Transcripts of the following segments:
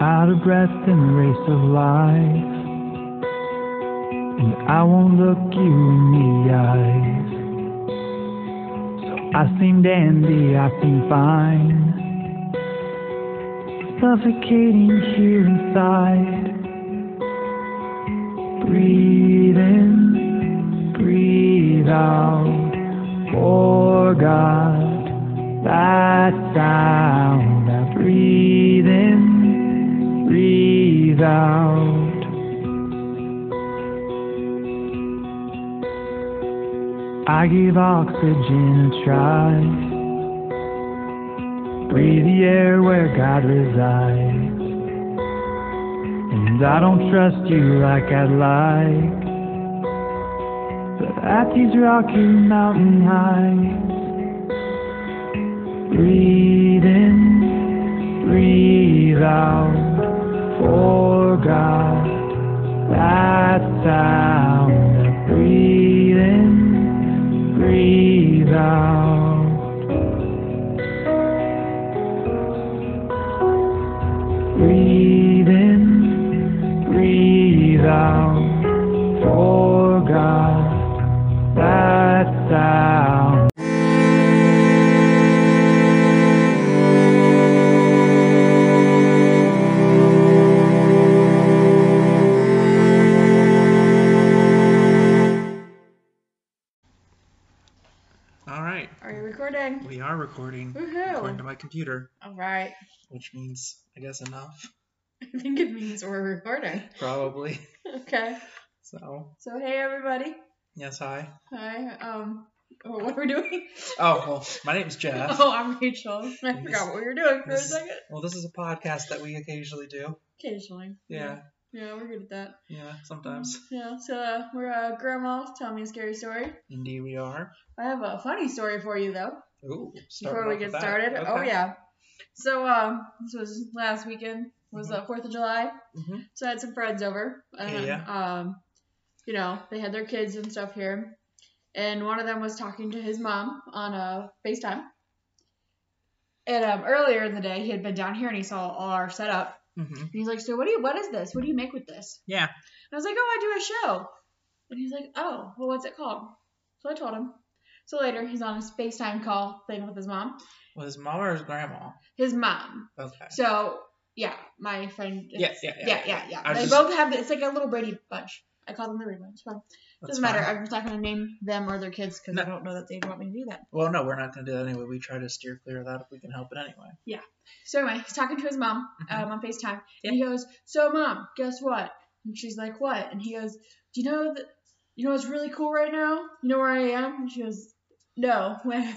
out of breath in the race of life. And I won't look you in the eyes. So I seem dandy, I seem fine. Suffocating here inside. Breathe in, breathe out. Forgot that sound. I breathe in, breathe out. I give oxygen a try. Breathe the air where God resides. And I don't trust you like I'd like. But at these rocky mountain heights, breathe in, breathe out. Forgot that sound. Breathe in, breathe out. Breathe in, breathe out. Forgot that sound. All right, Are you recording? we are recording according to Woohoo! my computer, All right. which means I guess enough, I think it means we're recording. probably. Okay. So So hey everybody. yes, hi. Hi. Um. Oh, what are we doing? Oh well, my name's Jeff. Oh, I'm Rachel. I Yes. forgot what we were doing for a Yes. second. Well, this is a podcast that we occasionally do. Occasionally. Yeah, Yeah, we're good at that. yeah, sometimes. Yeah. So uh, we're uh, grandma's telling me a scary story. Indeed, we are. I have a funny story for you though. Ooh, Before we off with get that. started. Oh Okay. yeah. So um, this was last weekend. Was Mm-hmm. the Fourth of July. Mhm. So I had some friends over, and Yeah. um, you know, they had their kids and stuff here, and one of them was talking to his mom on a FaceTime. And um, earlier in the day, he had been down here and he saw all our setup. Mhm. And he's like, "So what do you? What is this? What do you make with this?" Yeah. And I was like, "Oh, I do a show." And he's like, "Oh, well, what's it called?" So I told him. So later, he's on his FaceTime call thing with his mom. Was his mom or his grandma? His mom. Okay. So yeah, my friend. Yeah, yeah, yeah. yeah, yeah. yeah. I was They just- both have it's like a little Brady bunch. I call them the Brady bunch. It's fine. That's Doesn't matter. fine. I'm just not gonna name them or their kids because I No. don't know that they want me to do that. Well, no, we're not gonna do that anyway. We try to steer clear of that if we can help it anyway. So anyway, he's talking to his mom Mhm. um, on Facetime, and he goes, "So mom, guess what?" And she's like, "What?" And he goes, "Do you know that? You know what's really cool right now? You know where I am?" And she goes, "No, where?"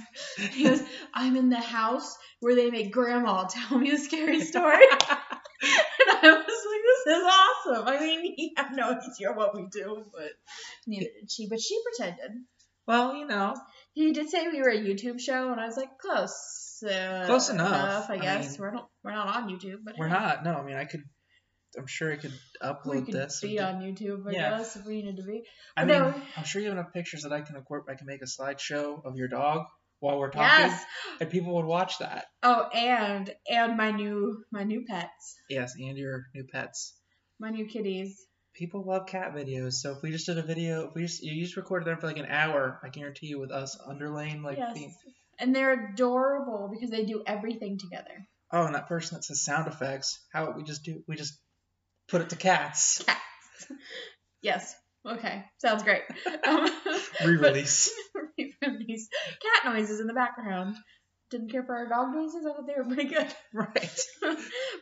he goes, "I'm in the house where they make grandma tell me a scary story." and I was like, "This is awesome." I mean, he had no idea what we do, but neither did she. But she pretended. Well, you know, He did say we were a YouTube show, and I was like, close. Uh, Close enough. I I guess mean- we're not we're not on YouTube, but we're not. No, I mean, I could. I'm sure I could We upload could this. and be do- on YouTube, I Yeah. guess, if we needed to be. I No. mean, I'm sure you have enough pictures that I can record. I can make a slideshow of your dog while we're talking, Yes. and people would watch that. Oh, and and my new my new pets, Yes, and your new pets. my new kitties. People love cat videos, so if we just did a video, if we just you just recorded them for like an hour, I guarantee you, with us underlaying like yes. being, And they're adorable because they do everything together. oh, and that person that says sound effects, how we just do we just put it to cats Yes. Okay. Sounds great. um, re-release. these cat noises in the background. Didn't care for our dog noises. I thought they were pretty good. right.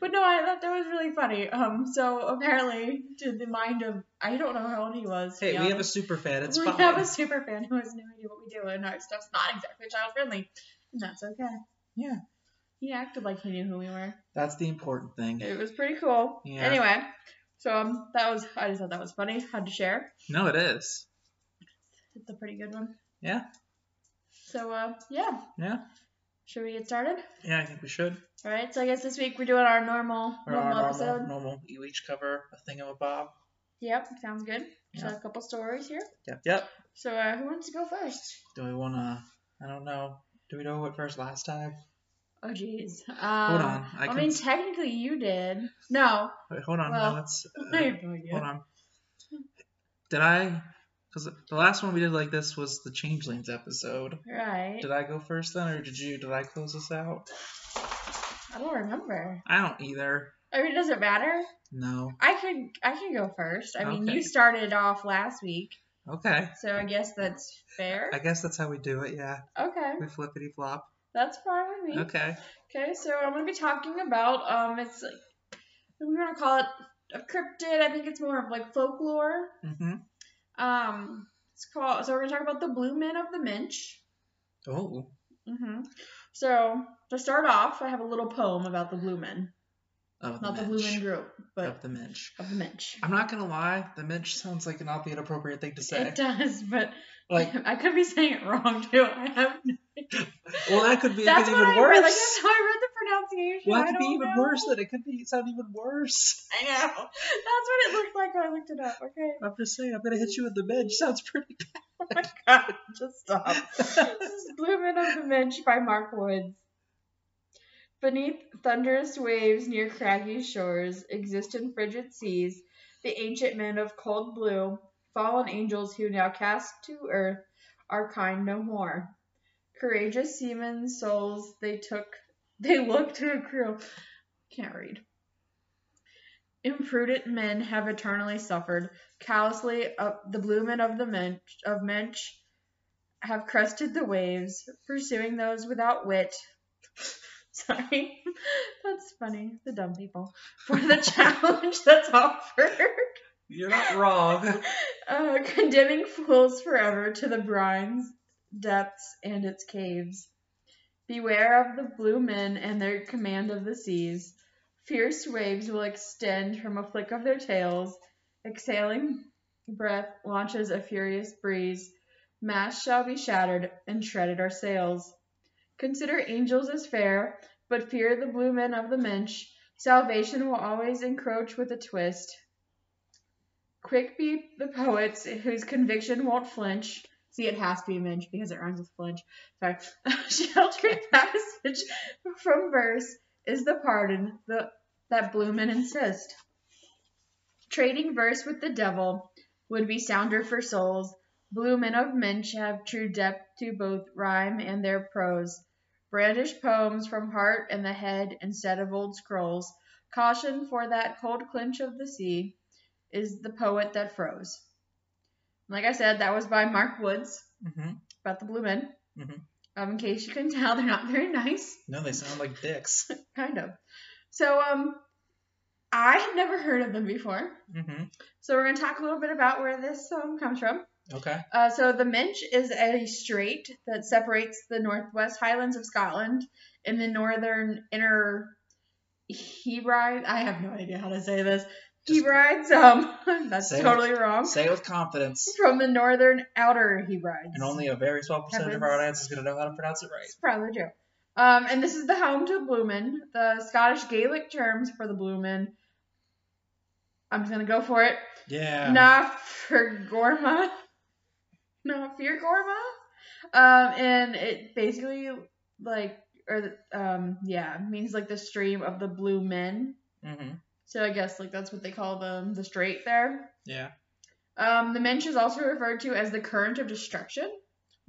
but no, I thought that was really funny. Um, so apparently, to the mind of I don't know how old he was. to Hey, be we have a honest. super fan. It's we fine. have a super fan who has no idea what we do, and our stuff's not exactly child friendly, and that's okay. Yeah. He acted like he knew who we were. That's the important thing. It was pretty cool. Yeah. Anyway, so um, that was I just thought that was funny. Had to share. No, it is. It's a pretty good one. Yeah. So uh, yeah. Yeah. Should we get started? Yeah, I think we should. All right. So I guess this week we're doing our normal Or normal our episode. normal, normal. You each cover a thingamabob. Yep. Sounds good. So Yeah. a couple stories here. Yep, yep. So uh, who wants to go first? Do we want to? I don't know. Do we know what first last time? Oh jeez. Um, Hold on. I, I, can, mean, technically you did. No. wait, hold on. now well, let's. uh, I have no idea. Hold on. Did I? Because the last one we did like this was the Changelings episode. Right. Did I go first then, or did you? Did I close this out? I don't remember. I don't either. I mean, does it matter? No. I could I can go first. I mean, Okay. you started off last week, Okay. so I guess that's fair. I guess that's how we do it. Yeah. Okay, We flippity flop. that's fine with me. Okay. Okay, so I'm gonna be talking about um, it's like we're gonna call it a cryptid. I think it's more of like folklore. Mhm. Um, it's called. So we're gonna talk about the Blue Men of the Minch. Oh. hmm So to start off, I have a little poem about the Blue Men, Of the not the Minch. Blue Men group, Of but the Minch. of the Minch. I'm not gonna lie. The Minch sounds like an albeit appropriate thing to say. It does, but Like, I could be saying it wrong too. I have well, that could be. It That's could what even I worse. read. Like, that's how I read the pronunciation. well, I that could be don't even know. worse. That it could be sound even worse. I know. That's what it looked like when I looked it up. Okay. I'm just saying. I'm gonna hit you with the Minch. Sounds pretty. Oh my god. Just stop. this is Bloomin' of the Bench by Mark Woods. Beneath thunderous waves near craggy shores exist in frigid seas the ancient men of cold blue, fallen angels who now cast to earth are kind no more. Courageous seamen souls they took they look to accrue can't read. Imprudent men have eternally suffered. Callously up the blue men of the mench of mench have crested the waves, pursuing those without wit. Sorry, that's funny. The dumb people for the challenge that's offered. You're not wrong. Uh, condemning fools forever to the brine's depths and its caves. Beware of the blue men and their command of the seas. Fierce waves will extend from a flick of their tails. Exhaling breath launches a furious breeze. Masts shall be shattered and shredded are sails. Consider angels as fair, but fear the blue men of the Minch. Salvation will always encroach with a twist. Quick be the poets whose conviction won't flinch. See, it has to be a minch because it rhymes with flinch. Sorry. Sheltered passage from verse is the pardon the, that blue men insist. Trading verse with the devil would be sounder for souls. Blue men of minch have true depth to both rhyme and their prose. Brandish poems from heart and the head instead of old scrolls. Caution for that cold clinch of the sea is the poet that froze. Like I said, that was by Mark Woods hmm about the blue men. Mhm. Um, in case you couldn't tell, they're not very nice, No, they sound like dicks. kind of. So um, I had never heard of them before. hmm So we're gonna talk a little bit about where this um, comes from. Okay. Uh, so the Minch is a strait that separates the northwest Highlands of Scotland and the northern inner Hebride. I have no idea how to say this. Just- Hebrides. Um, that's Say it. totally wrong. Say it with confidence, from the northern outer Hebrides. and only a very small percentage of our audience is gonna know how to pronounce it It's right. probably true. Um, and this is the home to Bloomin, the Scottish Gaelic terms for the Bloomin. I'm just gonna go for it. Yeah. Na Fergorma. Na Fergorma. Um, and it basically like or um yeah means like the stream of the blue men. hmm So I guess like that's what they call them the strait there. Yeah. Um, the Mensch is also referred to as the current of destruction.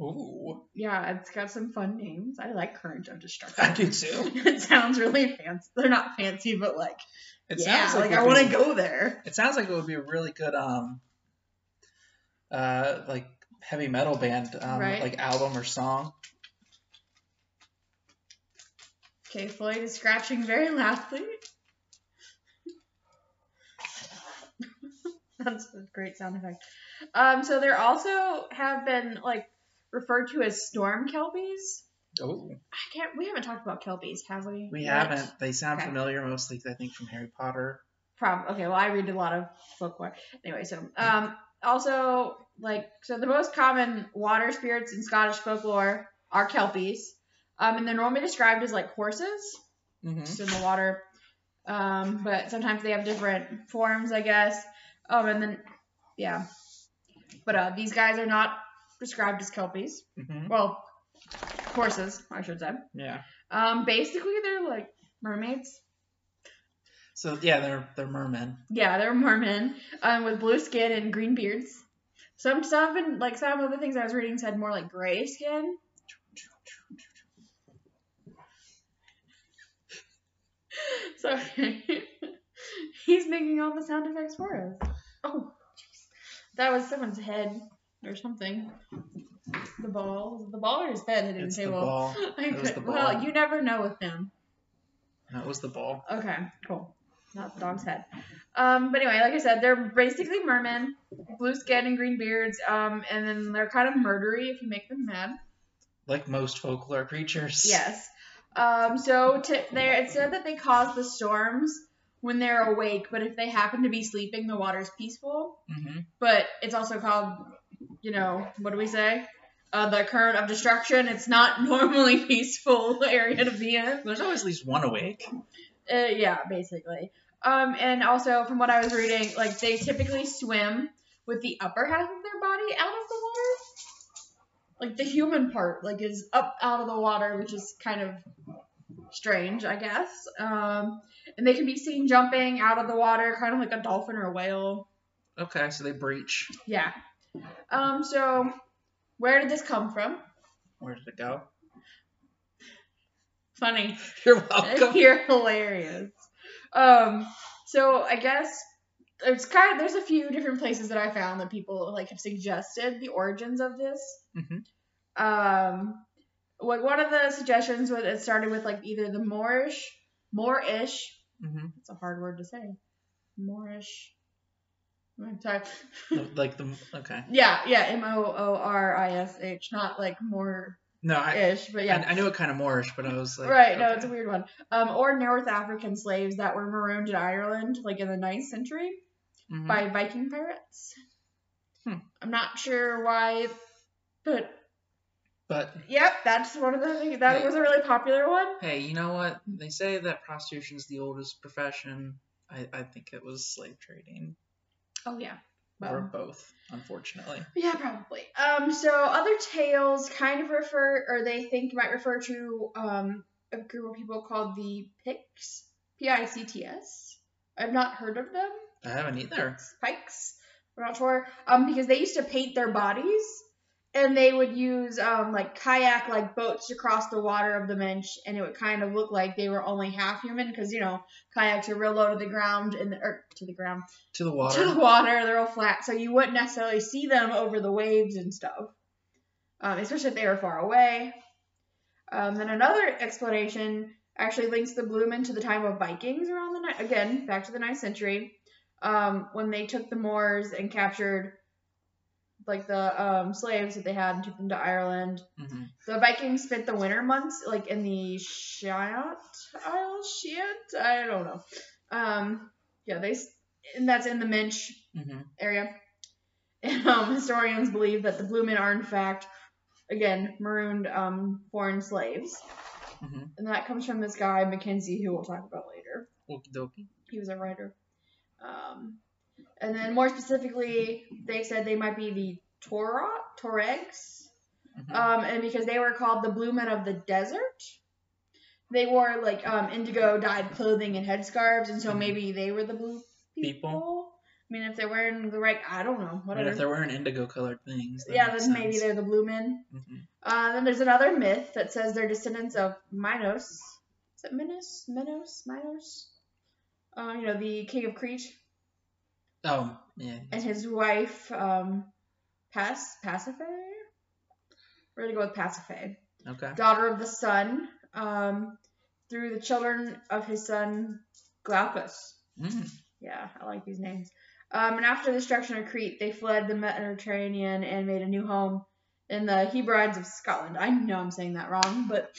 Ooh. Yeah, it's got some fun names. I like Current of I Destruction. do too. it sounds really fancy. They're not fancy, but like, It yeah, sounds like, like, I it'd want to be- go there. It sounds like it would be a really good um uh like heavy metal band um Right. like album or song. Okay, Floyd is scratching very loudly. That's a great sound effect. Um, so there also have been like referred to as storm kelpies. Oh. I can't. We haven't talked about kelpies, have we? We Yet? haven't. They sound Okay. familiar mostly I think from Harry Potter. Prob okay, well I read a lot of folklore. Anyway, so um also like so the most common water spirits in Scottish folklore are kelpies. Um and they're normally described as like horses Mm-hmm. just in the water. Um but sometimes they have different forms, I guess. Um and then yeah. But uh these guys are not described as kelpies. Mm-hmm. Well, horses, I should say. Yeah. Um, basically, they're like mermaids. So yeah, they're they're mermen. Yeah, they're mermen um, with blue skin and green beards. Some some and like some of the things I was reading said more like gray skin. Sorry, he's making all the sound effects for us. Oh, jeez, that was someone's head or something. The ball, Was it the ball or his head hitting It's the the table. ball. I It was could- the Well, ball. you never know with him. That was the ball. Okay, cool. Not the dog's head. Um, but anyway, like I said, they're basically mermen, blue skin and green beards, um, and then they're kind of murdery if you make them mad. Like most folklore creatures. Yes. Um, so t- there, it said that they cause the storms when they're awake, but if they happen to be sleeping, the water's peaceful. hmm But it's also called, you know, what do we say? Uh, the current of destruction. It's not normally peaceful area to be in. There's always at least one awake. Uh, yeah, basically. Um, and also from what I was reading, like they typically swim with the upper half of their body out of the water. Like the human part, like is up out of the water, which is kind of strange, I guess. Um, and they can be seen jumping out of the water, kind of like a dolphin or a whale. Okay, so they breach. Yeah. Um, so where did this come from? Where did it go? Funny. You're welcome. You're hilarious. Um, so I guess there's kind of there's a few different places that I found that people like have suggested the origins of this. Mhm. Um, like one of the suggestions was it started with like either the Moorish, Moorish. hmm It's a hard word to say. Moorish. I'm sorry. Like the okay. Yeah, yeah, M O O R I S H, not like more No, I ish, but yeah. I, I knew it kind of Moorish, but I was like right, no, okay. it's a weird one. Um, or North African slaves that were marooned in Ireland, like in the 9th century, Mhm. by Viking pirates. Hmm. I'm not sure why, but But yep, that's one of the things. That Hey. was a really popular one. hey, you know what? They say that prostitution's the oldest profession. I, I think it was slave trading Oh yeah. or Well, both, unfortunately. yeah, probably. Um, so other tales kind of refer, or they think might refer to um a group of people called the Picts, P-I-C-T-S. I've not heard of them. I haven't either. spikes. We're not sure. Um, because they used to paint their bodies, and they would use um like kayak like boats to cross the water of the Mensch, and it would kind of look like they were only half human because you know kayaks are real low to the ground and the or to the ground To the water. to the water. They're all flat, so you wouldn't necessarily see them over the waves and stuff, um, especially if they were far away. Um, then another explanation actually links the Blumen to the time of Vikings around the night again back to the ninth century, um, when they took the Moors and captured like the um, slaves that they had and took them to Ireland. Mhm. The Vikings spent the winter months like in the Shiant Isles. Shiant, I don't know. Um, yeah, they s- and that's in the Minch Mhm. area. And um, historians believe that the Blue Men are in fact, again, marooned um, foreign slaves, Mhm. and that comes from this guy Mackenzie, who we'll talk about later. Okie dokie. He was a writer. Um, and then more specifically, they said they might be the Torah Toregs. Mhm. Um, and because they were called the Blue Men of the Desert, they wore like um, indigo dyed clothing and headscarves, and so Mhm. maybe they were the blue people. People. I mean, if they're wearing the right, I don't know, I mean, whatever. if they're wearing indigo colored things. that yeah, then makes maybe sense. they're the Blue Men. Mhm. Uh, then there's another myth that says they're descendants of Minos. Is it Minos? Minos? Minos? Uh, you know, the king of Crete Oh, yeah. and his wife, um, Pas Pasiphae. We're gonna go with Pasiphae. Okay. daughter of the sun, um, through the children of his son Glaucus. Mm. Yeah, I like these names. Um, and after the destruction of Crete, they fled the Mediterranean and made a new home in the Hebrides of Scotland. I know I'm saying that wrong, but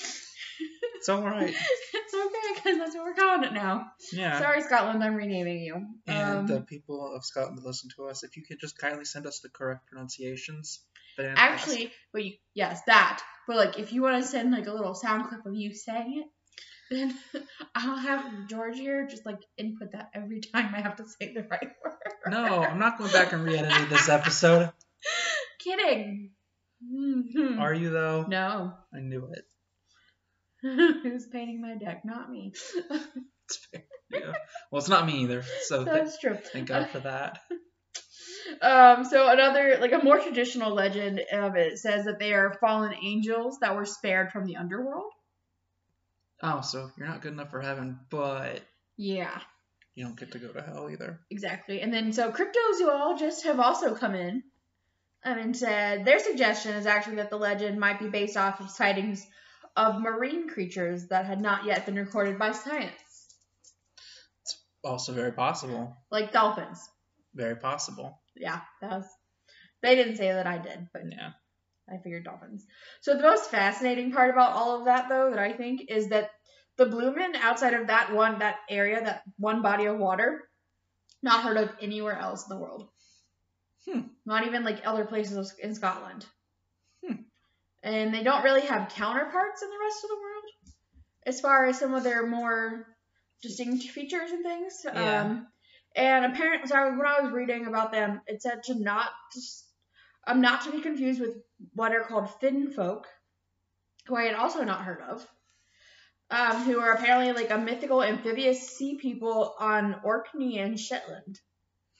It's all right. it's okay because that's what we're calling it now. Yeah. Sorry, Scotland, I'm renaming you. And uh, Um, the people of Scotland that listen to us, if you could just kindly send us the correct pronunciations. that'd be fantastic. actually, but you, yes, that. But like, if you want to send like a little sound clip of you saying it, then I'll have George here just like input that every time I have to say the right word. no, I'm not going back and re-editing this episode. Kidding. Mhm. Are you though? No. I knew it. Who's painting my deck? Not me. Yeah. Well, it's not me either. So th- That's true. thank God for that. Um, so another, like a more traditional legend of it says that they are fallen angels that were spared from the underworld. Oh, so you're not good enough for heaven, but Yeah, you don't get to go to hell either. exactly. And then so cryptozoologists have also come in um, and said their suggestion is actually that the legend might be based off of sightings of marine creatures that had not yet been recorded by science, Also, very possible. like dolphins. Very possible. Yeah, that was. They didn't say that I did, but Yeah. I figured dolphins. So the most fascinating part about all of that, though, that I think is that the Bloomin' outside of that one, that area, that one body of water, not heard of anywhere else in the world. Hmm. Not even like other places in Scotland. Hmm. And they don't really have counterparts in the rest of the world, as far as some of their more distinct features and things. Yeah. Um, and apparently, so I- when I was reading about them, it said to not, um, not to be confused with what are called Finn folk, who I had also not heard of, um, who are apparently like a mythical amphibious sea people on Orkney and Shetland,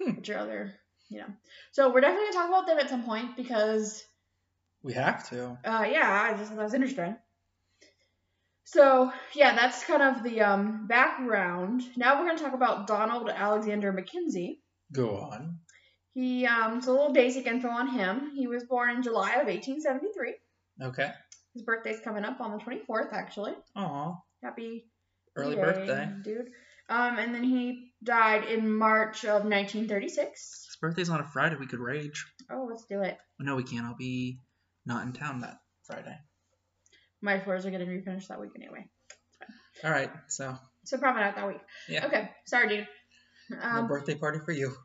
Hmm. which are other, you know. So we're definitely gonna talk about them at some point because, We have to. uh, yeah, I just thought that was interesting. So yeah, that's kind of the um, background. Now we're gonna talk about Donald Alexander Mackenzie. Go on. He um, so a little basic info on him. He was born in July of 1873. Okay. His birthday's coming up on the 24th, actually. Aw. Happy Early yay, birthday. dude. Um, and then he died in March of 1936. His birthday's on a Friday. We could rage. Oh, let's do it. No, we can't. I'll be not in town that Friday. My floors are getting refinished that week anyway, All right. So, so probably not that week. Yeah. Okay, sorry, dude. no Um, birthday party for you.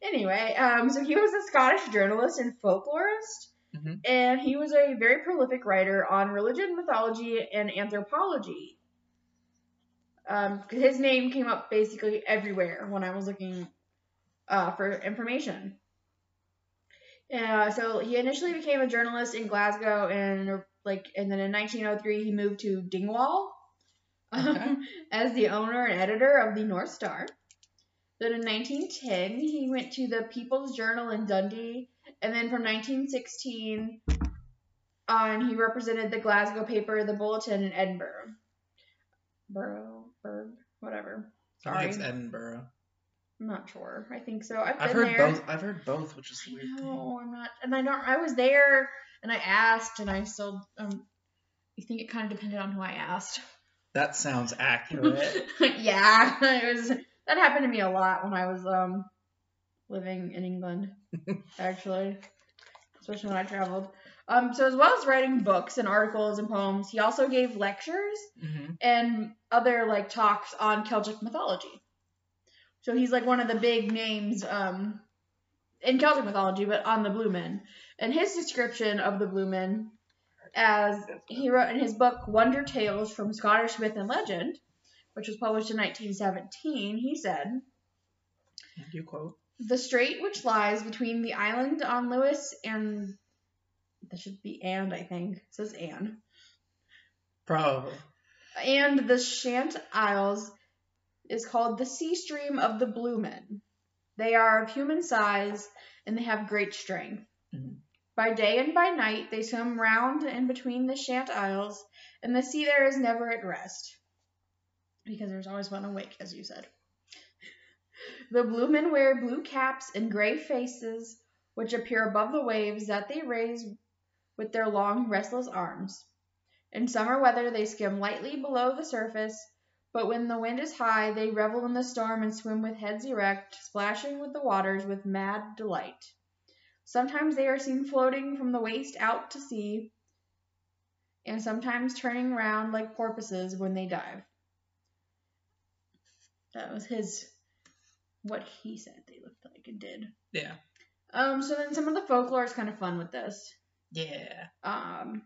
anyway, um, so he was a Scottish journalist and folklorist, Mhm. and he was a very prolific writer on religion, mythology, and anthropology. Um, 'cause his name came up basically everywhere when I was looking uh, for information. Uh, so he initially became a journalist in Glasgow, and like, and then in 1903 he moved to Dingwall Okay. as the owner and editor of the North Star. Then in 1910, he went to the People's Journal in Dundee, and then from 1916 on, he represented the Glasgow paper, the Bulletin, in Edinburgh. Borough, burg, whatever. I think it's Sorry. Edinburgh. I'm not sure. I think so. I've been I've heard there. both. I've heard both, which is the weird thing. No, I'm not. And I don't. I was there, and I asked, and I still. Um, I think it kind of depended on who I asked. That sounds accurate. yeah, it was that happened to me a lot when I was um living in England, actually, especially when I traveled. Um, so as well as writing books and articles and poems, he also gave lectures hmm and other like talks on Celtic mythology. So he's like one of the big names um, in Celtic mythology, but on the Blue Men. And his description of the Blue Men, as he wrote in his book Wonder Tales from Scottish Myth and Legend, which was published in 1917, he said, You quote. The strait which lies between the island on Lewis and. That should be and, I think. It says and. Probably. and the Shant Isles is called the Sea Stream of the Blue Men. They are of human size and they have great strength. Mhm. By day and by night they swim round and between the Shant Isles, and the sea there is never at rest. Because there's always one awake, as you said. The blue men wear blue caps and gray faces, which appear above the waves that they raise with their long, restless arms. In summer weather, they skim lightly below the surface, but when the wind is high, they revel in the storm and swim with heads erect, splashing with the waters with mad delight. Sometimes they are seen floating from the waist out to sea, and sometimes turning round like porpoises when they dive. That was his, what he said they looked like and did. Yeah. Um, so then some of the folklore is kind of fun with this. Yeah. Um,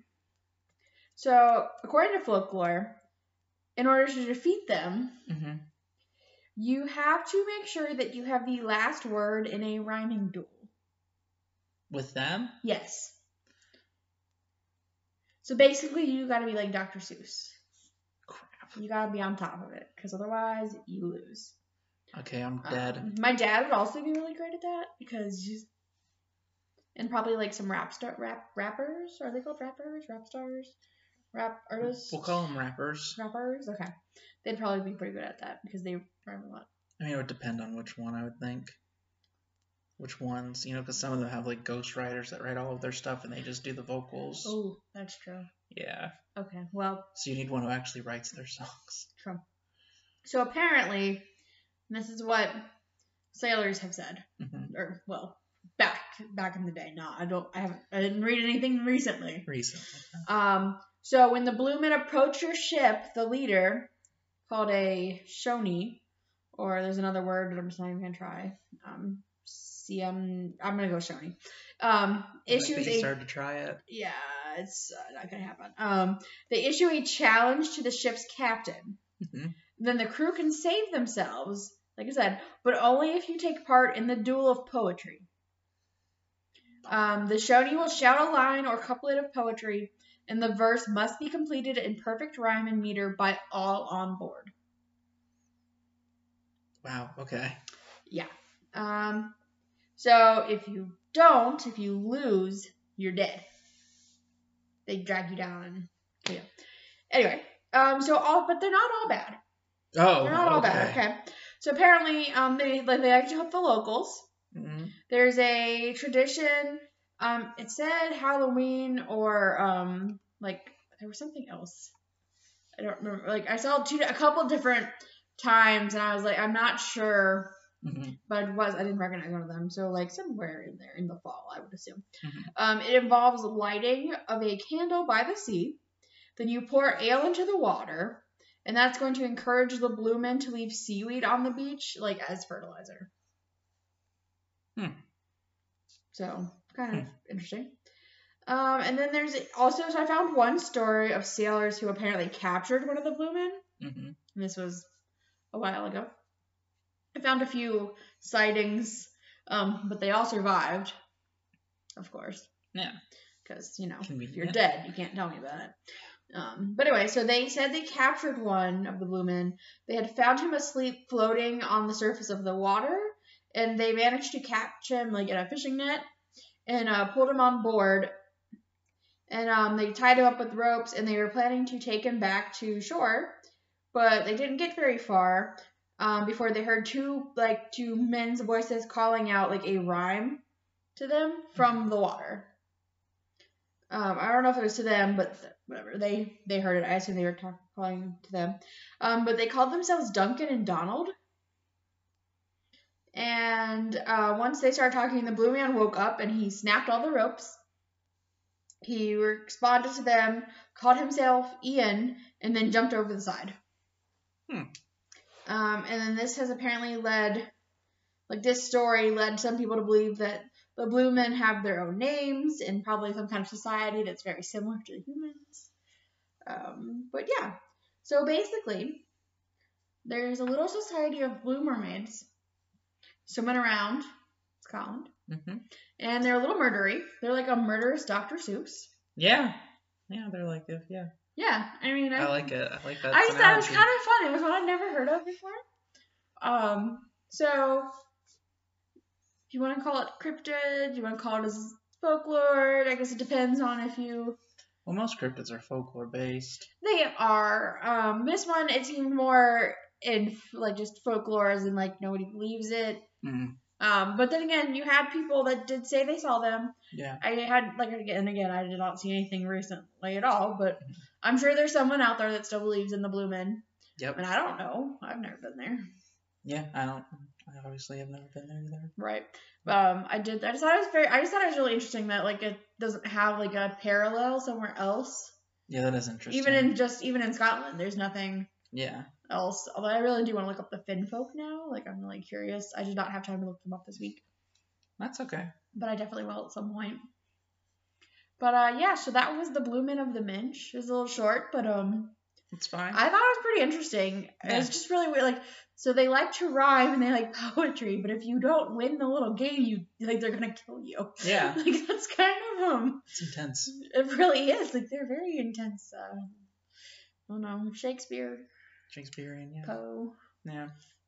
so, according to folklore, in order to defeat them, hmm you have to make sure that you have the last word in a rhyming duel. With them. Yes. So basically, you gotta be like Dr. Seuss. You gotta be on top of it, because otherwise you lose. Okay, I'm Um, dead. my dad would also be really great at that because just and probably like some rap star rap rappers are they called rappers rap stars rap artists We'll call them rappers. rappers okay they'd probably be pretty good at that because they rhyme a lot. I mean, it would depend on which one, I would think. Which ones, you know, because some of them have like ghost writers that write all of their stuff and they just do the vocals. Oh, that's true. Yeah. Okay, well So you need one who actually writes their songs. Trump. So apparently, and this is what sailors have said, hmm or well, back back in the day. No, I don't. I haven't. I didn't read anything recently. Recently. Um, so when the blue men approach your ship, the leader, called a shoni, or there's another word that I'm just not even gonna try. Um, CM. I'm gonna go shoni. Um, like issues that you a started to try it. yeah, it's uh, not gonna happen. Um, they issue a challenge to the ship's captain. Mhm. Then the crew can save themselves, like I said, but only if you take part in the duel of poetry. Um, the Shoney will shout a line or couplet of poetry, and the verse must be completed in perfect rhyme and meter by all on board. Wow. Okay. Um, so if you don't, if you lose, you're dead. They drag you down and kill you. Anyway, um, so all but they're not all bad. Oh. They're not all okay. bad. Okay. So apparently, um, they like they like to help the locals. Mhm. There's a tradition. Um, it said Halloween or um, like there was something else. I don't remember. Like I saw two, a couple different times, and I was like, I'm not sure Mhm. but it was I didn't recognize one of them. So like somewhere in there in the fall, I would assume. Mhm. Um, it involves lighting of a candle by the sea. Then you pour ale into the water, and that's going to encourage the blue men to leave seaweed on the beach, like as fertilizer. Hmm. So kind of interesting. Um, and then there's also so I found one story of sailors who apparently captured one of the blue men Mhm. and this was a while ago. I found a few sightings, um, but they all survived, of course. Yeah. Because, you know, if you're Convenient. dead, you can't tell me about it. Um, but anyway, so they said they captured one of the blue men. They had found him asleep floating on the surface of the water, and they managed to catch him, like, in a fishing net and uh, pulled him on board. And um, they tied him up with ropes, and they were planning to take him back to shore but they didn't get very far um, before they heard two like two men's voices calling out like a rhyme to them from the water. Um, I don't know if it was to them, but th- whatever they they heard it. I assume they were talk- calling to them, um, but they called themselves Duncan and Donald. And uh, once they started talking, the blue man woke up and he snapped all the ropes. He responded to them, called himself Ian, and then jumped over the side. Hmm. Um, and then this has apparently led, like this story led some people to believe that the blue men have their own names and probably some kind of society that's very similar to the humans. Um, but yeah, so basically, there's a little society of blue mermaids swimming around Scotland, Mhm. and they're a little murdery. They're like a murderous Dr. Seuss. Yeah. Yeah. They're like, if- yeah. Yeah, I mean, I I, like it. I like that. I just thought it was analogy. kind of fun. It was one I'd never heard of before. Um, so if you want to call it cryptid, you want to call it as folklore. I guess it depends on if you Well, most cryptids are folklore based. they are. Um, this one it seemed more in like just folklore, as in like nobody believes it. Mm. Um, but then again, you had people that did say they saw them. Yeah. I had like again, and again, I did not see anything recently at all. But I'm sure there's someone out there that still believes in the blue men. Yep. And I don't know. I've never been there. Yeah. I don't. I obviously have never been there either. Right. Um, I did. I just thought it was very. I just thought it was really interesting that like it doesn't have like a parallel somewhere else. Yeah, that is interesting. Even in just even in Scotland, there's nothing Yeah. else. Although I really do want to look up the Finn folk now. Like I'm really curious. I did not have time to look them up this week, That's okay. but I definitely will at some point. But uh, yeah. So that was the Blue Men of the Minch. It was a little short, but um, It's fine. I thought it was pretty interesting. It was just really weird. Like, so they like to rhyme and they like poetry, but if you don't win the little game, you like they're gonna kill you. yeah. Like that's kind of um, It's intense. it really is. Like they're very intense. Uh, I don't um, know Shakespeare Shakespearean, yeah. Poe. Yeah.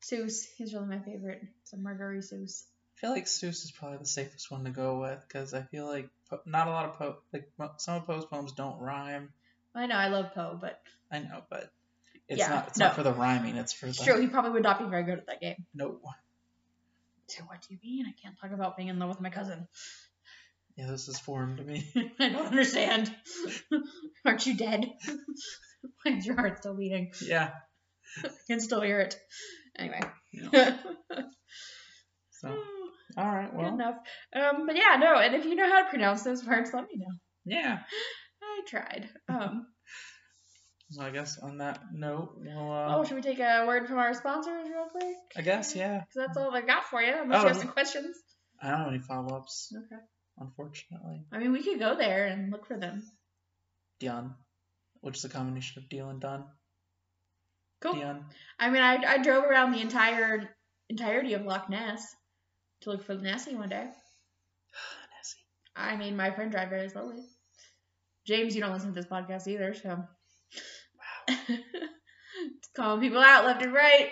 Seuss. He's really my favorite. So Marguerite Seuss. I feel like Seuss is probably the safest one to go with because I feel like po- not a lot of Poe, like mo- some of Poe's poems don't rhyme. I know I love Poe, but I know, but it's Yeah, not it's no. not for the rhyming. It's for the sure he probably would not be very good at that game. no. So what do you mean? I can't talk about being in love with my cousin. Yeah, this is foreign to me. I don't understand. Aren't you dead? Why is your heart still beating? yeah. I can still hear it. Anyway. So all right, Good well, enough. Um, but yeah, no, and if you know how to pronounce those words, let me know. yeah. I tried. Um, So I guess on that note, we'll. Uh, oh, should we take a word from our sponsors real quick? I guess yeah. Because that's all I got for you, unless you have Oh. some questions. I don't have any follow ups, Okay. unfortunately. I mean, we could go there and look for them. Dion, which is a combination of deal and done. Cool. Dion. I mean, I, I drove around the entire entirety of Loch Ness to look for Nessie one day. Nessie. I made my friend drive very slowly. James, you don't listen to this podcast either, so. Just calling people out left and right.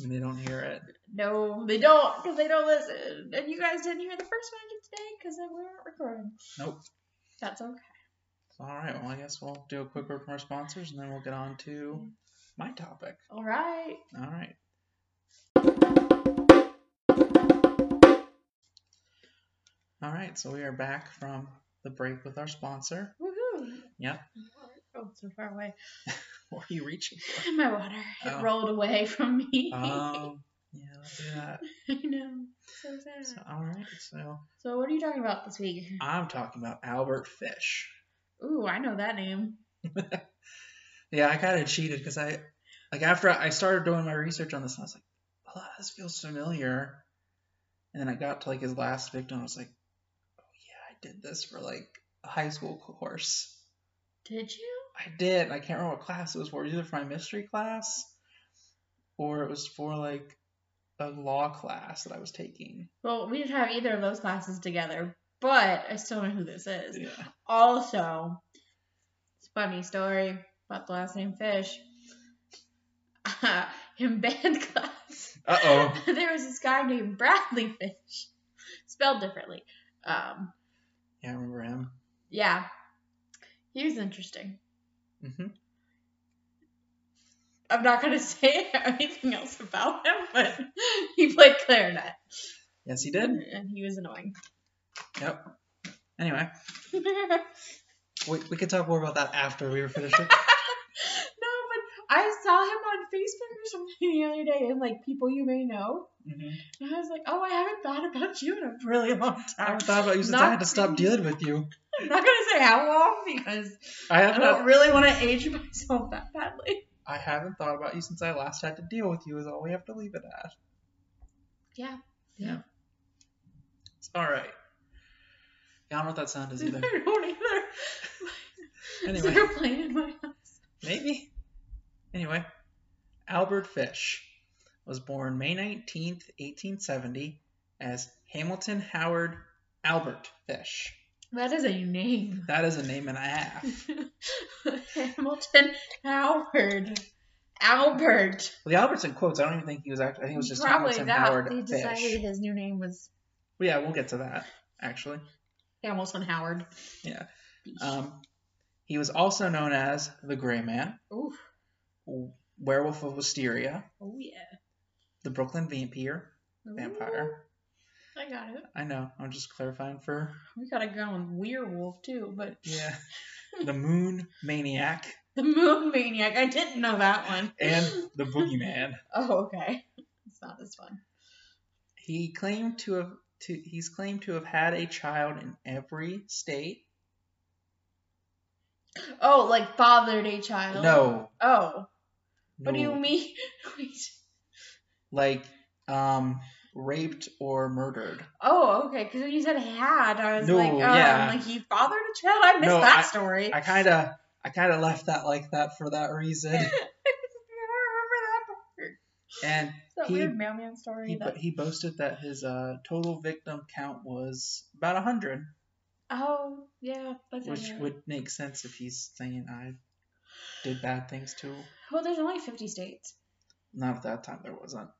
And they don't hear it. No, they don't, because they don't listen. And you guys didn't hear the first one today, because we weren't recording. Nope. That's okay. All right. Well, I guess we'll do a quick word from our sponsors, and then we'll get on to my topic. All right. All right. All right. So we are back from the break with our sponsor. Woohoo. Yep. Oh, it's so far away. What are you reaching? My water. It Oh. rolled away from me. Um. Yeah. Let's do that. I know. So sad. So, all right. So So, what are you talking about this week? I'm talking about Albert Fish. Ooh, I know that name. Yeah, I kind of cheated because I, like, after I started doing my research on this, I was like, a lot of this feels familiar. And then I got to like his last victim. I was like, oh yeah, I did this for like a high school course. Did you? I did. and I can't remember what class it was for. It was either for my mystery class, or it was for like a law class that I was taking. Well, we didn't have either of those classes together, but I still know who this is. Yeah. Also, it's a funny story about the last name Fish. in band class, Uh oh. there was this guy named Bradley Fish, spelled differently. Um, Yeah, I remember him. yeah, he was interesting. hmm I'm not gonna say anything else about him, but he played clarinet Yes, he did. and he was annoying. Yep. Anyway, we, we could talk more about that after we were finished. with- No, but I saw him on Facebook or something the other day, and like people you may know. Mhm. And I was like, oh, I haven't thought about you in a really I long time. haven't thought about you since I had to stop dealing with you. I'm not gonna say how long because I I haven't. don't really want to age myself that badly. I haven't thought about you since I last had to deal with you. Is all we have to leave it at. Yeah. Yeah. It's all right. Yeah, I don't know what that sound is I either. don't either. Is anyway, there a plane in my house? maybe. Anyway, Albert Fish was born May nineteenth, eighteen seventy, as Hamilton Howard Albert Fish. That is a name. That is a name and a half. Hamilton Howard. Albert. Well, the Albert's in quotes. I don't even think he was actually. I think it was just Probably Hamilton that. Howard He decided Fish. his new name was Well, yeah, we'll get to that actually. Hamilton Howard. Yeah. Um, he was also known as the Gray Man, Ooh. Werewolf of Wisteria, Oh yeah. the Brooklyn Vampire. Vampire. Ooh, I got it. I know. I'm just clarifying for We gotta go on werewolf too, but yeah. the Moon Maniac the moon maniac. I didn't know that one. and the Boogeyman. Oh, okay. It's not as fun. He claimed to have to he's claimed to have had a child in every state. Oh, like fathered a child. No. Oh, what do no. you mean? Wait. Like um raped or murdered. Oh, okay. Because when you said had, I was No, like, oh, yeah. I'm like he fathered a child. I missed No, that I- story. I kinda I kinda left that like that for that reason. I don't remember And that part. It's that He- weird mailman story. He, that... bo- he boasted that his uh, total victim count was about 100, Oh, yeah. That's in which there. would make sense if he's saying I did bad things to. Well, there's only 50 states. Not at that time, there wasn't.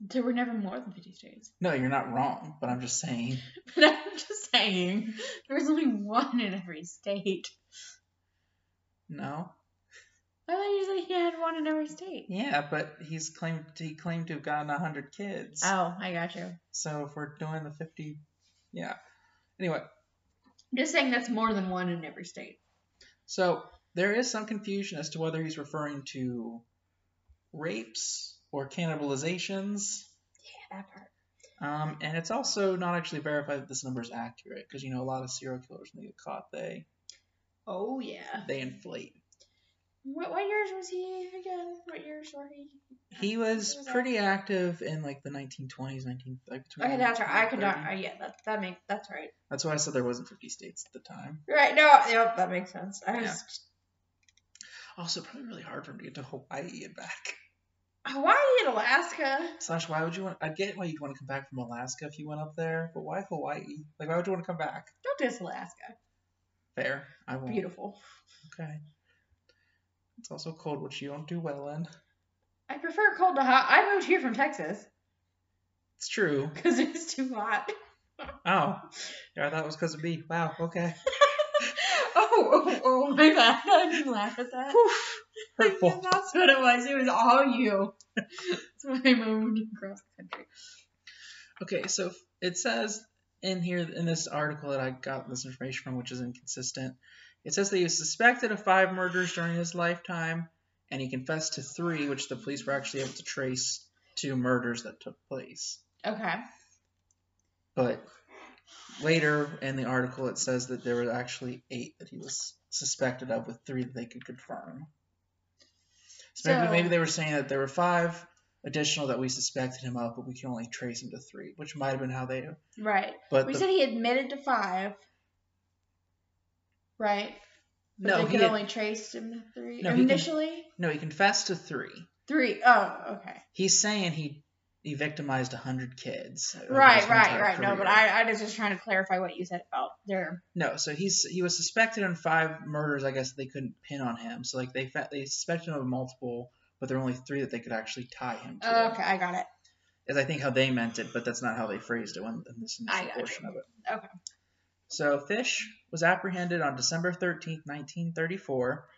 There were never more than 50 states. No, you're not wrong, but I'm just saying. But I'm just saying, there was only one in every state. No. I thought you said he had one in every state. Yeah, but he's claimed he claimed to have gotten hundred kids. Oh, I got you. So if we're doing the fifty, yeah. Anyway, Just saying that's more than one in every state. so there is some confusion as to whether he's referring to rapes or cannibalizations. Yeah, that part. Um, and it's also not actually verified that this number is accurate because you know a lot of serial killers when they get caught they Oh yeah. they inflate. What what years was he again? What years were he? He was He was pretty active in like the 1920s, 19 like between. Okay, that's right. I 1930. could not. Uh, yeah, that that makes that's right. That's why I said there wasn't 50 states at the time. Right. No. Yep. That makes sense. I was. Yeah. Also, probably really hard for him to get to Hawaii and back. Hawaii and Alaska. Slash, why would you want? I get why you'd want to come back from Alaska if you went up there, but why Hawaii? Like, why would you want to come back? Don't diss Alaska. Fair. I won't. Beautiful. Okay. It's also cold, which you don't do well in. I prefer cold to hot. I moved here from Texas It's true. because it was too hot. Oh, yeah, I thought it was because of me. Wow. Okay. oh, oh, oh, my bad. I didn't laugh at that. Hurtful. That's what it was. It was all you. That's why I moved across the country. Okay, so it says in here in this article that I got this information from, which is inconsistent. It says that he was suspected of five murders during his lifetime, and he confessed to three, which the police were actually able to trace to murders that took place. Okay. But later in the article, it says that there were actually eight that he was suspected of, with three that they could confirm. So, maybe, So- maybe they were saying that there were five additional that we suspected him of, but we can only trace him to three, which might have been how they. Right. But we the- said he admitted to five. Right. But no, they he could did- only trace him to three. No, he didn't. Initially, no, he confessed to three. three. Oh, okay. He's saying he he victimized hundred kids. over his Right, right, entire right. No, but career. I, I was just trying to clarify what you said about their. No, so he's he was suspected on five murders. I guess they couldn't pin on him. So like they fa- they suspected him of multiple, but there were only three that they could actually tie him to. Oh, okay, I got it. Is I think how they meant it, but that's not how they phrased it when, in this I initial got portion of it. Okay. So Fish was apprehended on December thirteenth, nineteen thirty four,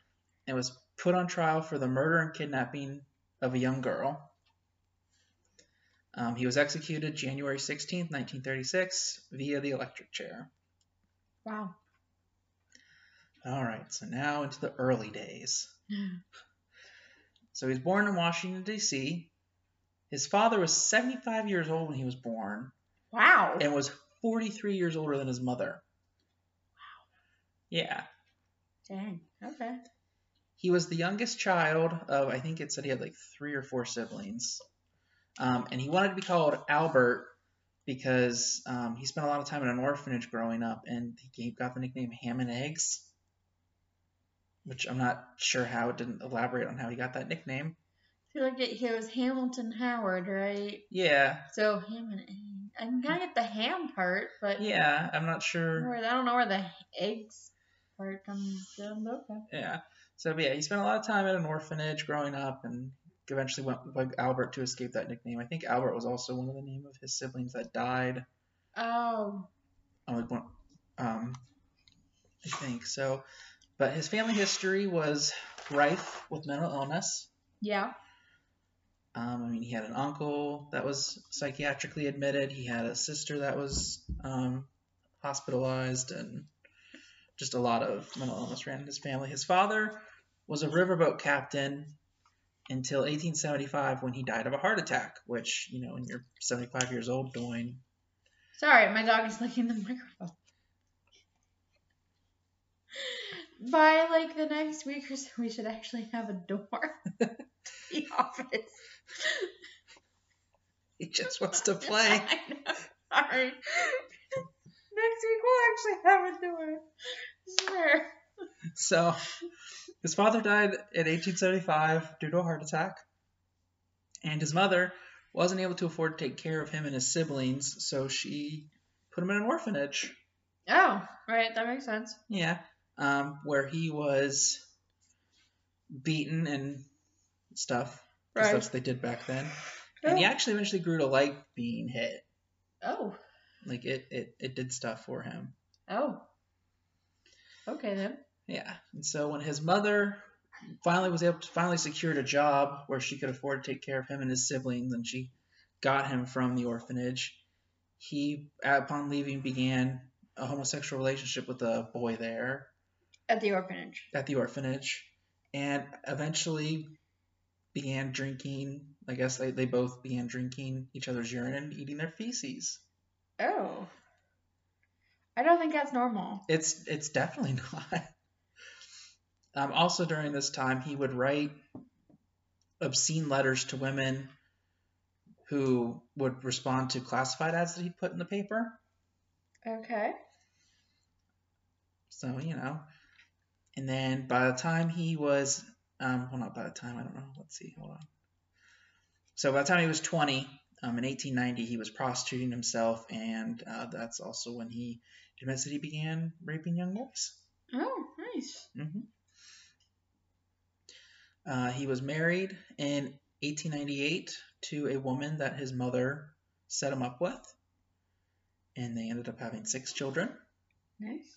and was put on trial for the murder and kidnapping of a young girl. Um, he was executed January sixteenth, nineteen thirty six, via the electric chair. Wow. All right, so now into the early days. Hmm. So he was born in Washington, D.C. His father was 75 years old when he was born Wow. and was 43 years older than his mother. Wow. Yeah. Dang. Okay. He was the youngest child of, I think it said he had like three or four siblings. Um, and he wanted to be called Albert because um, he spent a lot of time in an orphanage growing up and he gave, got the nickname Ham and Eggs, which I'm not sure how it didn't elaborate on how he got that nickname. I feel like it, he was Hamilton Howard, right? Yeah, So ham and egg. I am gonna get the ham part, but yeah, I'm not I sure. don't know where- I don't know where the eggs part comes in. but Okay. Yeah. So but yeah, he spent a lot of time at an orphanage growing up, and eventually went with Albert to escape that nickname. I think Albert was also one of the name of his siblings that died. Oh, I'm like, one- Um, I think so. But his family history was rife with mental illness. yeah. Um, I mean, he had an uncle that was psychiatrically admitted. He had a sister that was um, hospitalized, and just a lot of mental illness ran in his family. His father was a riverboat captain until 1875 when he died of a heart attack, which, you know, when you're 75 years old doing. Sorry, my dog is licking the microphone. By like the next week or so, we should actually have a door. to the office. He just wants to play. I know. Sorry. next week we'll actually have a door. Sure. So, his father died in 1875 due to a heart attack, and his mother wasn't able to afford to take care of him and his siblings, so she put him in an orphanage. Oh, right. That makes sense. Yeah. um, where he was beaten and stuff. 'cause Right. That's what they did back then. And he actually eventually grew to like being hit. Oh. Like it, it, it did stuff for him. Oh. Okay then. Yeah. And so when his mother finally was able to finally secured a job where she could afford to take care of him and his siblings, and she got him from the orphanage, he, upon leaving, began a homosexual relationship with a boy there At the orphanage. at the orphanage, and eventually began drinking. I guess they, they both began drinking each other's urine and eating their feces. Oh. I don't think that's normal. It's it's definitely not. Um, also during this time, he would write obscene letters to women who would respond to classified ads that he'd put in the paper. Okay. So you know, and then by the time he was, um, well, not by the time I don't know. Let's see, hold on. So by the time he was 20, um, in 1890, he was prostituting himself, and uh, that's also when he admits that he began raping young boys. Oh, nice. hmm Uh, he was married in 1898 to a woman that his mother set him up with, and they ended up having six children. Nice.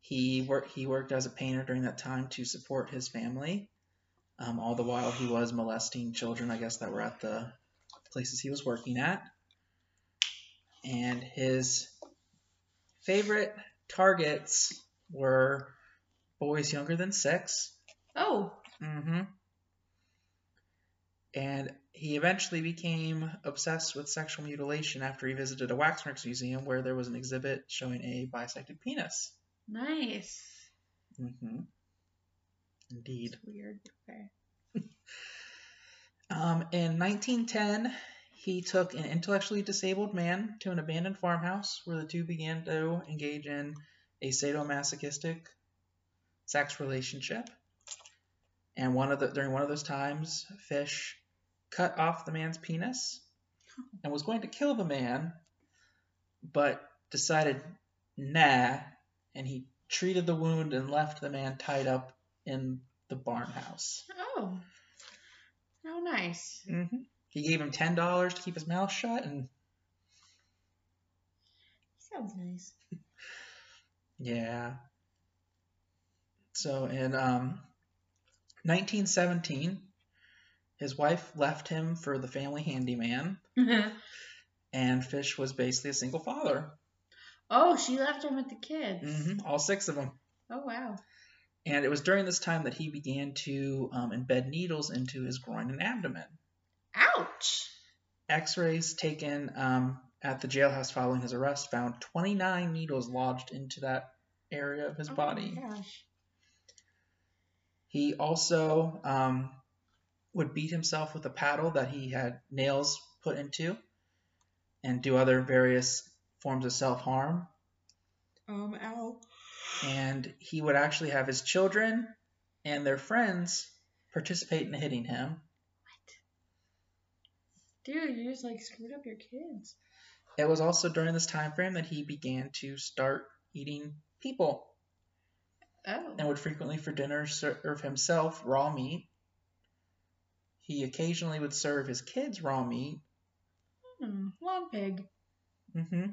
He worked. He worked as a painter during that time to support his family. Um, all the while, he was molesting children, I guess, that were at the places he was working at. And his favorite targets were boys younger than six. Oh. Mm-hmm. And he eventually became obsessed with sexual mutilation after he visited a waxworks museum where there was an exhibit showing a bisected penis. Nice. Mm-hmm. Indeed. It's weird. Okay. Um, in 1910, he took an intellectually disabled man to an abandoned farmhouse where the two began to engage in a sadomasochistic sex relationship. And one of the, during one of those times, Fish cut off the man's penis and was going to kill the man, but decided, nah, and he treated the wound and left the man tied up in the barnhouse. Oh. Oh, nice. hmm He gave him ten dollars to keep his mouth shut, and Sounds nice. yeah. So in um, 1917, his wife left him for the family handyman, and Fish was basically a single father. oh, she left him with the kids. hmm All six of them. Oh, wow. And it was during this time that he began to um, embed needles into his groin and abdomen. Ouch. X-rays taken um, at the jailhouse following his arrest found 29 needles lodged into that area of his Oh my body. gosh. He also um, would beat himself with a paddle that he had nails put into and do other various forms of self harm. Um, ow. And he would actually have his children and their friends participate in hitting him. Dude, you just like screwed up your kids. It was also during this time frame that he began to start eating people Oh. and would frequently for dinner serve himself raw meat. He occasionally would serve his kids raw meat Hmm, long pig. hmm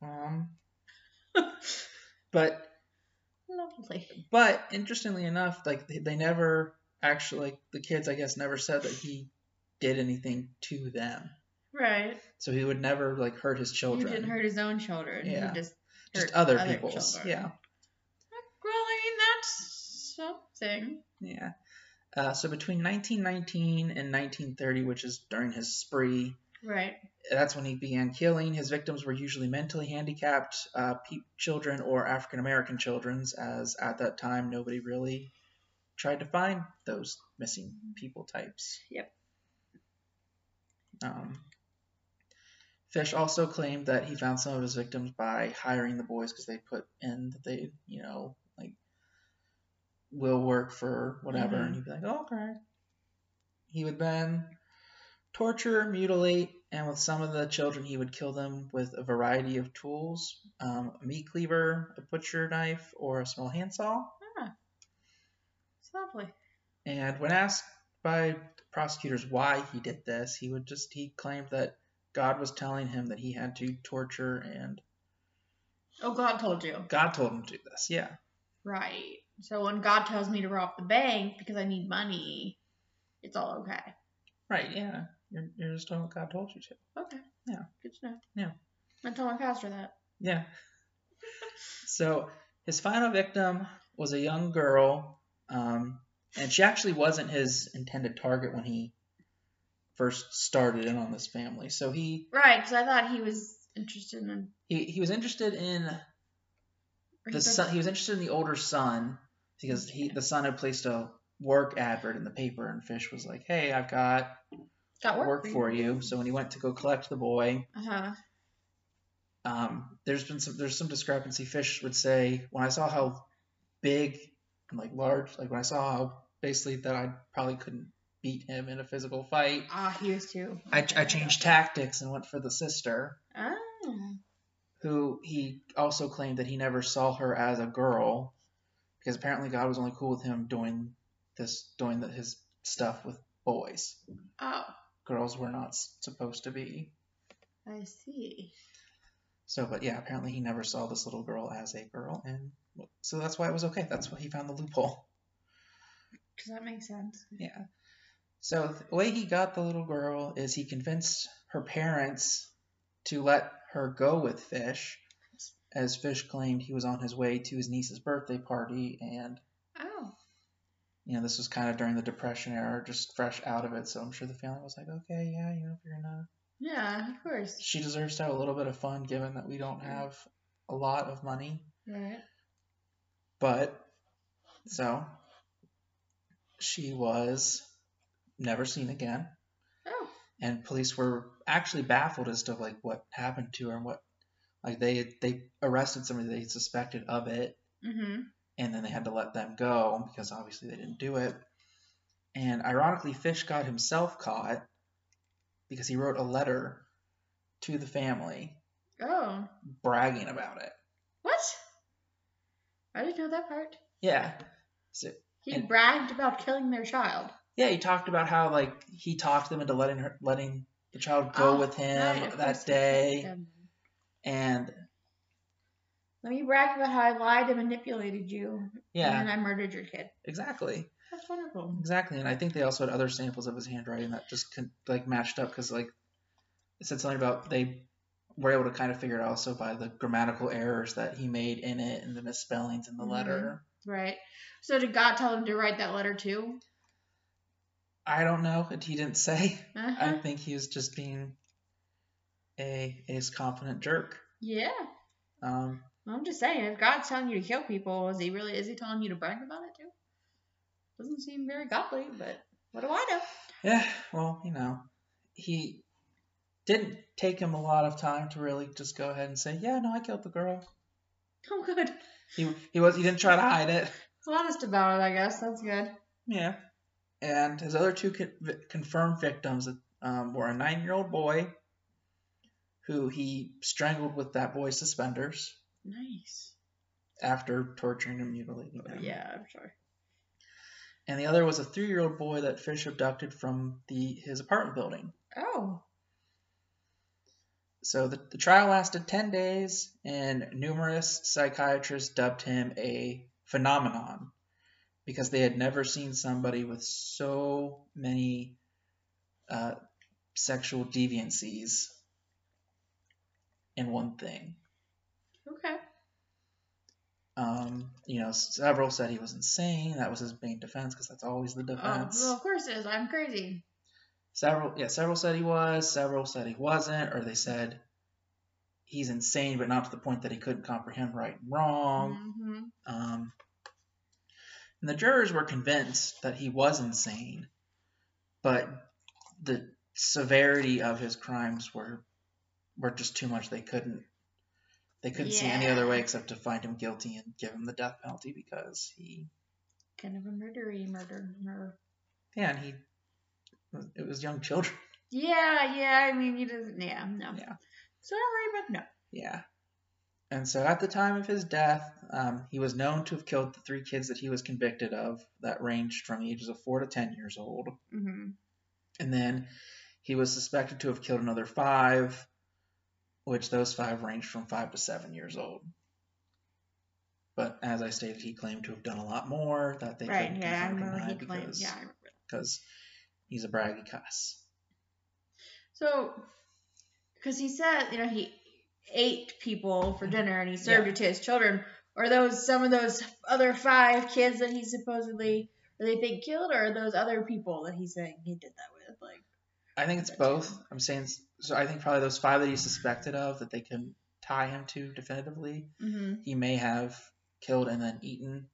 Um, but Lovely. but interestingly enough, like they, they never actually like the kids, I guess, never said that he did anything to them. Right. So he would never like hurt his He children. didn't hurt his own children. He Yeah. just just hurt other, people's. children. Yeah, Well, I mean, that's something. yeah. Uh, so between 1919 and 1930, which is during his spree, Right. that's when he began killing. His victims were usually mentally handicapped uh, pe- children or African American children, as at that time nobody really tried to find those missing people types. Yep. Um, Fish also claimed that he found some of his victims by hiring the boys because they put in that they, you know, like will work for whatever, Mhm. and he'd be like, oh, okay. He would then torture, mutilate, And with some of the children, he would kill them with a variety of tools um, a meat cleaver, a butcher knife, or a small handsaw. It's lovely. And when asked by prosecutors why he did this, he would just, he claimed that God was telling him that he had to torture and Oh, God told you. God told him to do this. Yeah. Right. So when God tells me to rob the bank because I need money, it's all okay. Right. Yeah. You're, you're just doing what God told you to. Okay. Yeah. Good to know. Yeah. I tell my pastor that. Yeah. so his final victim was a young girl, um, and she actually wasn't his intended target when he first started in on this family. So he Right, because I thought he was interested in. he, he was interested in or he the thought- son. He was interested in the older son because he the son had placed a work advert in the paper, and Fish was like, "Hey, I've got Got work, work for you." So when he went to go collect the boy, Uh huh. um, there's been some there's some discrepancy. Fish would say when I saw how big and like large, like when I saw how basically that I probably couldn't beat him in a physical fight, Ah, he was too. I, I changed tactics and went for the sister, Ah. who he also claimed that he never saw her as a girl, because apparently God was only cool with him doing this doing the, his stuff with boys. Oh, Girls were not s- supposed to be. I see. So, but yeah, apparently he never saw this little girl as a girl, and so that's why it was okay. That's why he found the loophole. Does that make sense? Yeah. So the way he got the little girl is he convinced her parents to let her go with Fish, as Fish claimed he was on his way to his niece's birthday party, and Oh. you know this was kind of during the Depression era, just fresh out of it. So I'm sure the family was like, okay, yeah, you know, if you're gonna, Yeah, of course. she deserves to have a little bit of fun, given that we don't have a lot of money. Right. But so she was never seen again. Oh. and police were actually baffled as to like what happened to her and what like they they arrested somebody they suspected of it Mm-hmm. and then they had to let them go because obviously they didn't do it and ironically fish got himself caught because he wrote a letter to the family Oh. bragging about it What? I didn't know that part. yeah so He And- bragged about killing their child. yeah he talked about how like he talked them into letting her letting the child go Oh, with him right, of course that he killed day them. and Let me brag about how I lied and manipulated you. yeah And then I murdered your kid. exactly That's wonderful. Exactly, and I think they also had other samples of his handwriting that just con- like matched up because like it said something about they were able to kind of figure it out also by the grammatical errors that he made in it and the misspellings in the Mhm. letter. Right. So did God tell him to write that letter too? I don't know. and He didn't say. I Uh-huh. think he was just being a ace confident jerk. yeah. Um, Well, I'm just saying, if God's telling you to kill people, is he really is he telling you to brag about it too? Doesn't seem very godly, but what do I know? yeah, well, you know, he didn't take him a lot of time to really just go ahead and say, yeah, no, I killed the girl. Oh good. He he was he didn't try to hide it. Honest about it, I guess. That's good. Yeah. And his other two con- vi- confirmed victims um, were a nine year old boy who he strangled with that boy's suspenders Nice. after torturing and mutilating him. Yeah, I'm sure. And the other was a three year old boy that Fish abducted from the his apartment building. Oh. So the, the trial lasted 10 days, and numerous psychiatrists dubbed him a phenomenon because they had never seen somebody with so many uh, sexual deviancies in one thing. Okay. Um, you know, several said he was insane. That was his main defense because that's always the Oh, defense. well, of course it is. I'm crazy. Several, yeah, several said he was, several said he wasn't, or they said he's insane, but not to the point that he couldn't comprehend right and wrong. hmm Um, and the jurors were convinced that he was insane, but the severity of his crimes were were just too much. They couldn't they couldn't see any Yeah. other way except to find him guilty and give him the death penalty because he Kind of a murdery murder. murder. yeah, and he it was young children. Yeah, yeah. I mean, he doesn't. Yeah, no. Yeah. Sorry, but no. Yeah. And so at the time of his death, um, he was known to have killed the three kids that he was convicted of that ranged from the ages of 4 to 10 years old. hmm And then he was suspected to have killed another five, which those five ranged from 5 to 7 years old. But as I stated, he claimed to have done a lot more that they Right. couldn't Yeah, I confirm or remember deny he claimed. because Yeah, I remember. because he's a braggy cuss. So, because he said, you know, he ate people for dinner and he served Yeah. it to his children. Are those some of those other five kids that he supposedly, or they think killed, or are those other people that he's saying he did that with? Like, I think it's That's both. true. I'm saying s- so. I think probably those five that he's suspected of that they can tie him to definitively. mm-hmm. He may have killed and then eaten,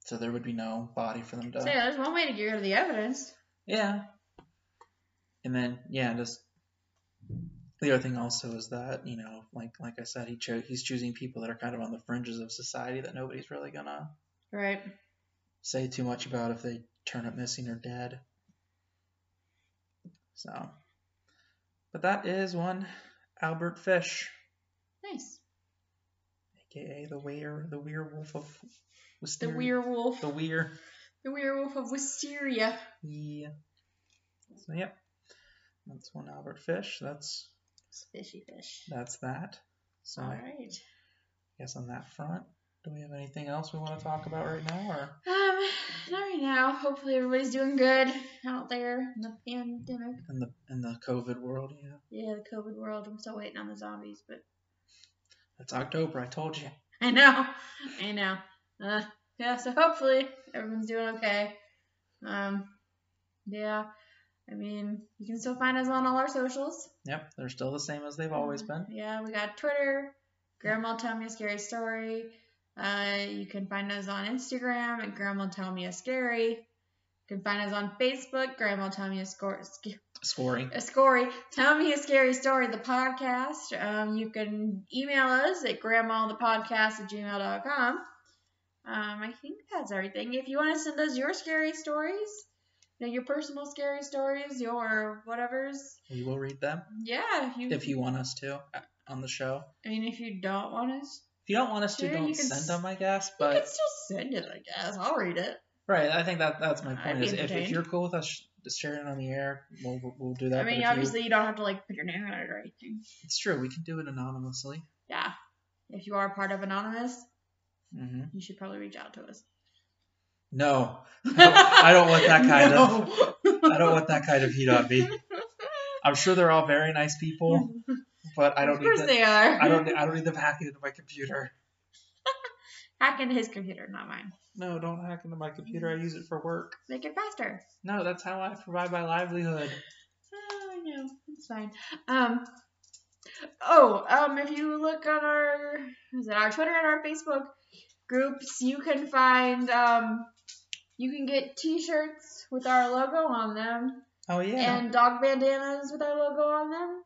so there would be no body for them to. so yeah, there's one way to get rid of the evidence. Yeah. And then yeah, just the other thing also is that you know, like like I said, he cho- he's choosing people that are kind of on the fringes of society that nobody's really gonna Right. say too much about if they turn up missing or dead. So, but that is one Albert Fish, Nice. aka the Weir, the Werewolf of The Wisteria. werewolf. The Weir. The werewolf of Wisteria. Yeah. So yep, that's one Albert Fish. That's Fishy fish. that's that. So All I right. guess on that front, do we have anything else we want to talk about right now, or? Um, not right now. Hopefully everybody's doing good out there in the pandemic. In the in the COVID world, yeah. Yeah, the COVID world. I'm still waiting on the zombies, but It's October. I told you. I know, I know. Uh, yeah, so hopefully everyone's doing okay. Um, yeah, I mean, you can still find us on all our socials. Yep, they're still the same as they've always been. Yeah, we got Twitter, Grandma Tell Me a Scary Story. Uh, you can find us on Instagram at Grandma Tell Me a Scary. You can find us on Facebook, Grandma Tell Me a Score. Sc- Scoring. a story. Tell me a scary story, the podcast. Um, you can email us at grandmathepodcast at gmail.com. Um, I think that's everything. If you want to send us your scary stories, you know, your personal scary stories, your whatever's, We will read them yeah. If you, if you want us to uh, on the show. I mean, if you don't want us, If you don't want us to, Sure, you don't can send s- them, I guess. you can But still send it, I guess. I'll read it. right, I think that that's my I'd point. be Is if, if entertained. you're cool with us sh- just sharing it on the air, we'll we'll- we'll do that. I but mean, if you- obviously, you don't have to, like, put your name on it or anything. it's true. We can do it anonymously. Yeah. If you are part of Anonymous, hmm you should probably reach out to us. No, I don't want that kind of. of. I don't want that kind of heat on me. I'm sure they're all very nice people, but I don't of need course them. they are. I don't. I don't need them hacking into my computer. Hack into his computer, not mine. No, don't hack into my computer. Mm-hmm. I use it for work. Make it faster. No, that's how I provide my livelihood. Oh, I know. It's fine. Um. Oh, um, if you look on our is it our Twitter and our Facebook groups, you can find um, you can get T-shirts with our logo on them Oh yeah. and dog bandanas with our logo on them,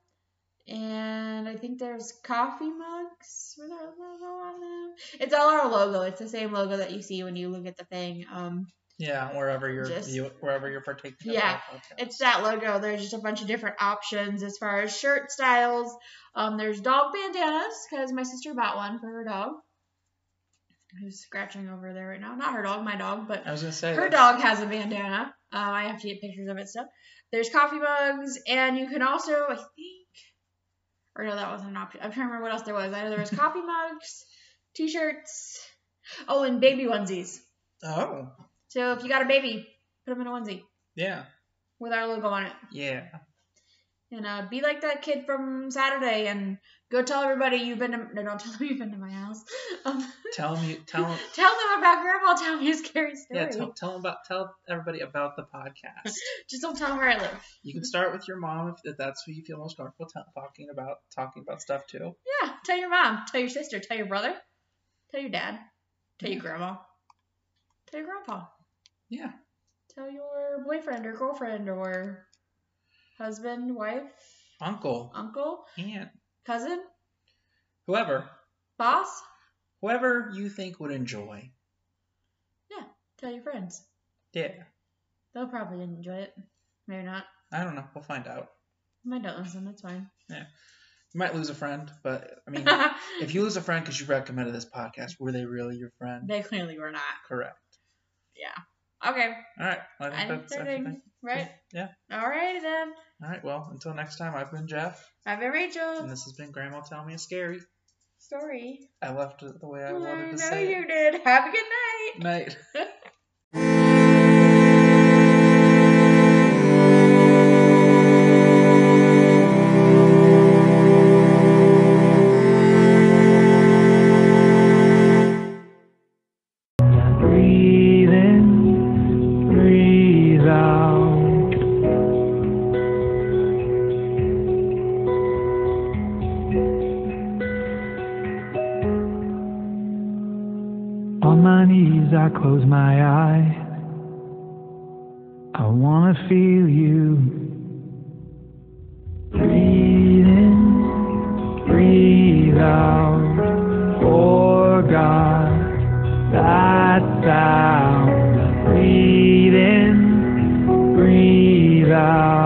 and I think there's coffee mugs with our logo on them. It's all our logo. It's the same logo that you see when you look at the thing. Um, Yeah, wherever you're Just- you, wherever you're partaking. of Yeah, our podcast. it's that logo. There's just a bunch of different options as far as shirt styles. Um, there's dog bandanas because my sister bought one for her dog. Who's scratching over there right now? Not her dog, my dog, but I was gonna say her that's- dog has a bandana. Uh, I have to get pictures of it. So there's coffee mugs, and you can also, I think, or no, that wasn't an option. I'm trying to remember what else there was. I know there was coffee mugs, t-shirts, oh, and baby onesies. Oh So if you got a baby, put them in a onesie yeah, with our logo on it. yeah. and uh, be like that kid from Saturday and go tell everybody you've been to. No, don't tell them you've been to my house. Um, Tell me, tell them. tell them about Grandma. Tell me a scary story. Yeah, tell, tell 'em about tell everybody about the podcast. Just don't tell them where I live. You can start with your mom if that's who you feel most comfortable t- talking about talking about stuff to. Yeah, tell your mom. Tell your sister. Tell your brother. Tell your dad. Tell your grandma. Tell your grandpa. Yeah, Tell your boyfriend or girlfriend or husband, wife, uncle, uncle, aunt, cousin, whoever, boss. whoever you think would enjoy. Tell your friends. Yeah, They'll probably enjoy it. Maybe not. I don't know. We'll find out. might not listen. That's fine. You might lose a friend, but I mean, if you lose a friend because you recommended this podcast, were they really your friend? they clearly were not. Correct. Okay. All right. Well, I think I'm that's everything. starting. Right? Yeah. Alrighty then. All right. Well, until next time, I've been Jeff, I've been and Rachel. this has been Grandma Tell Me a Scary. Sorry. I left it the way I I wanted know to say you it. did. Have a good night. Night. Breathe in, breathe out. On my knees, I close my eye. I wanna feel you. Breathe in, breathe out. For God that sound. Breathe in, breathe out.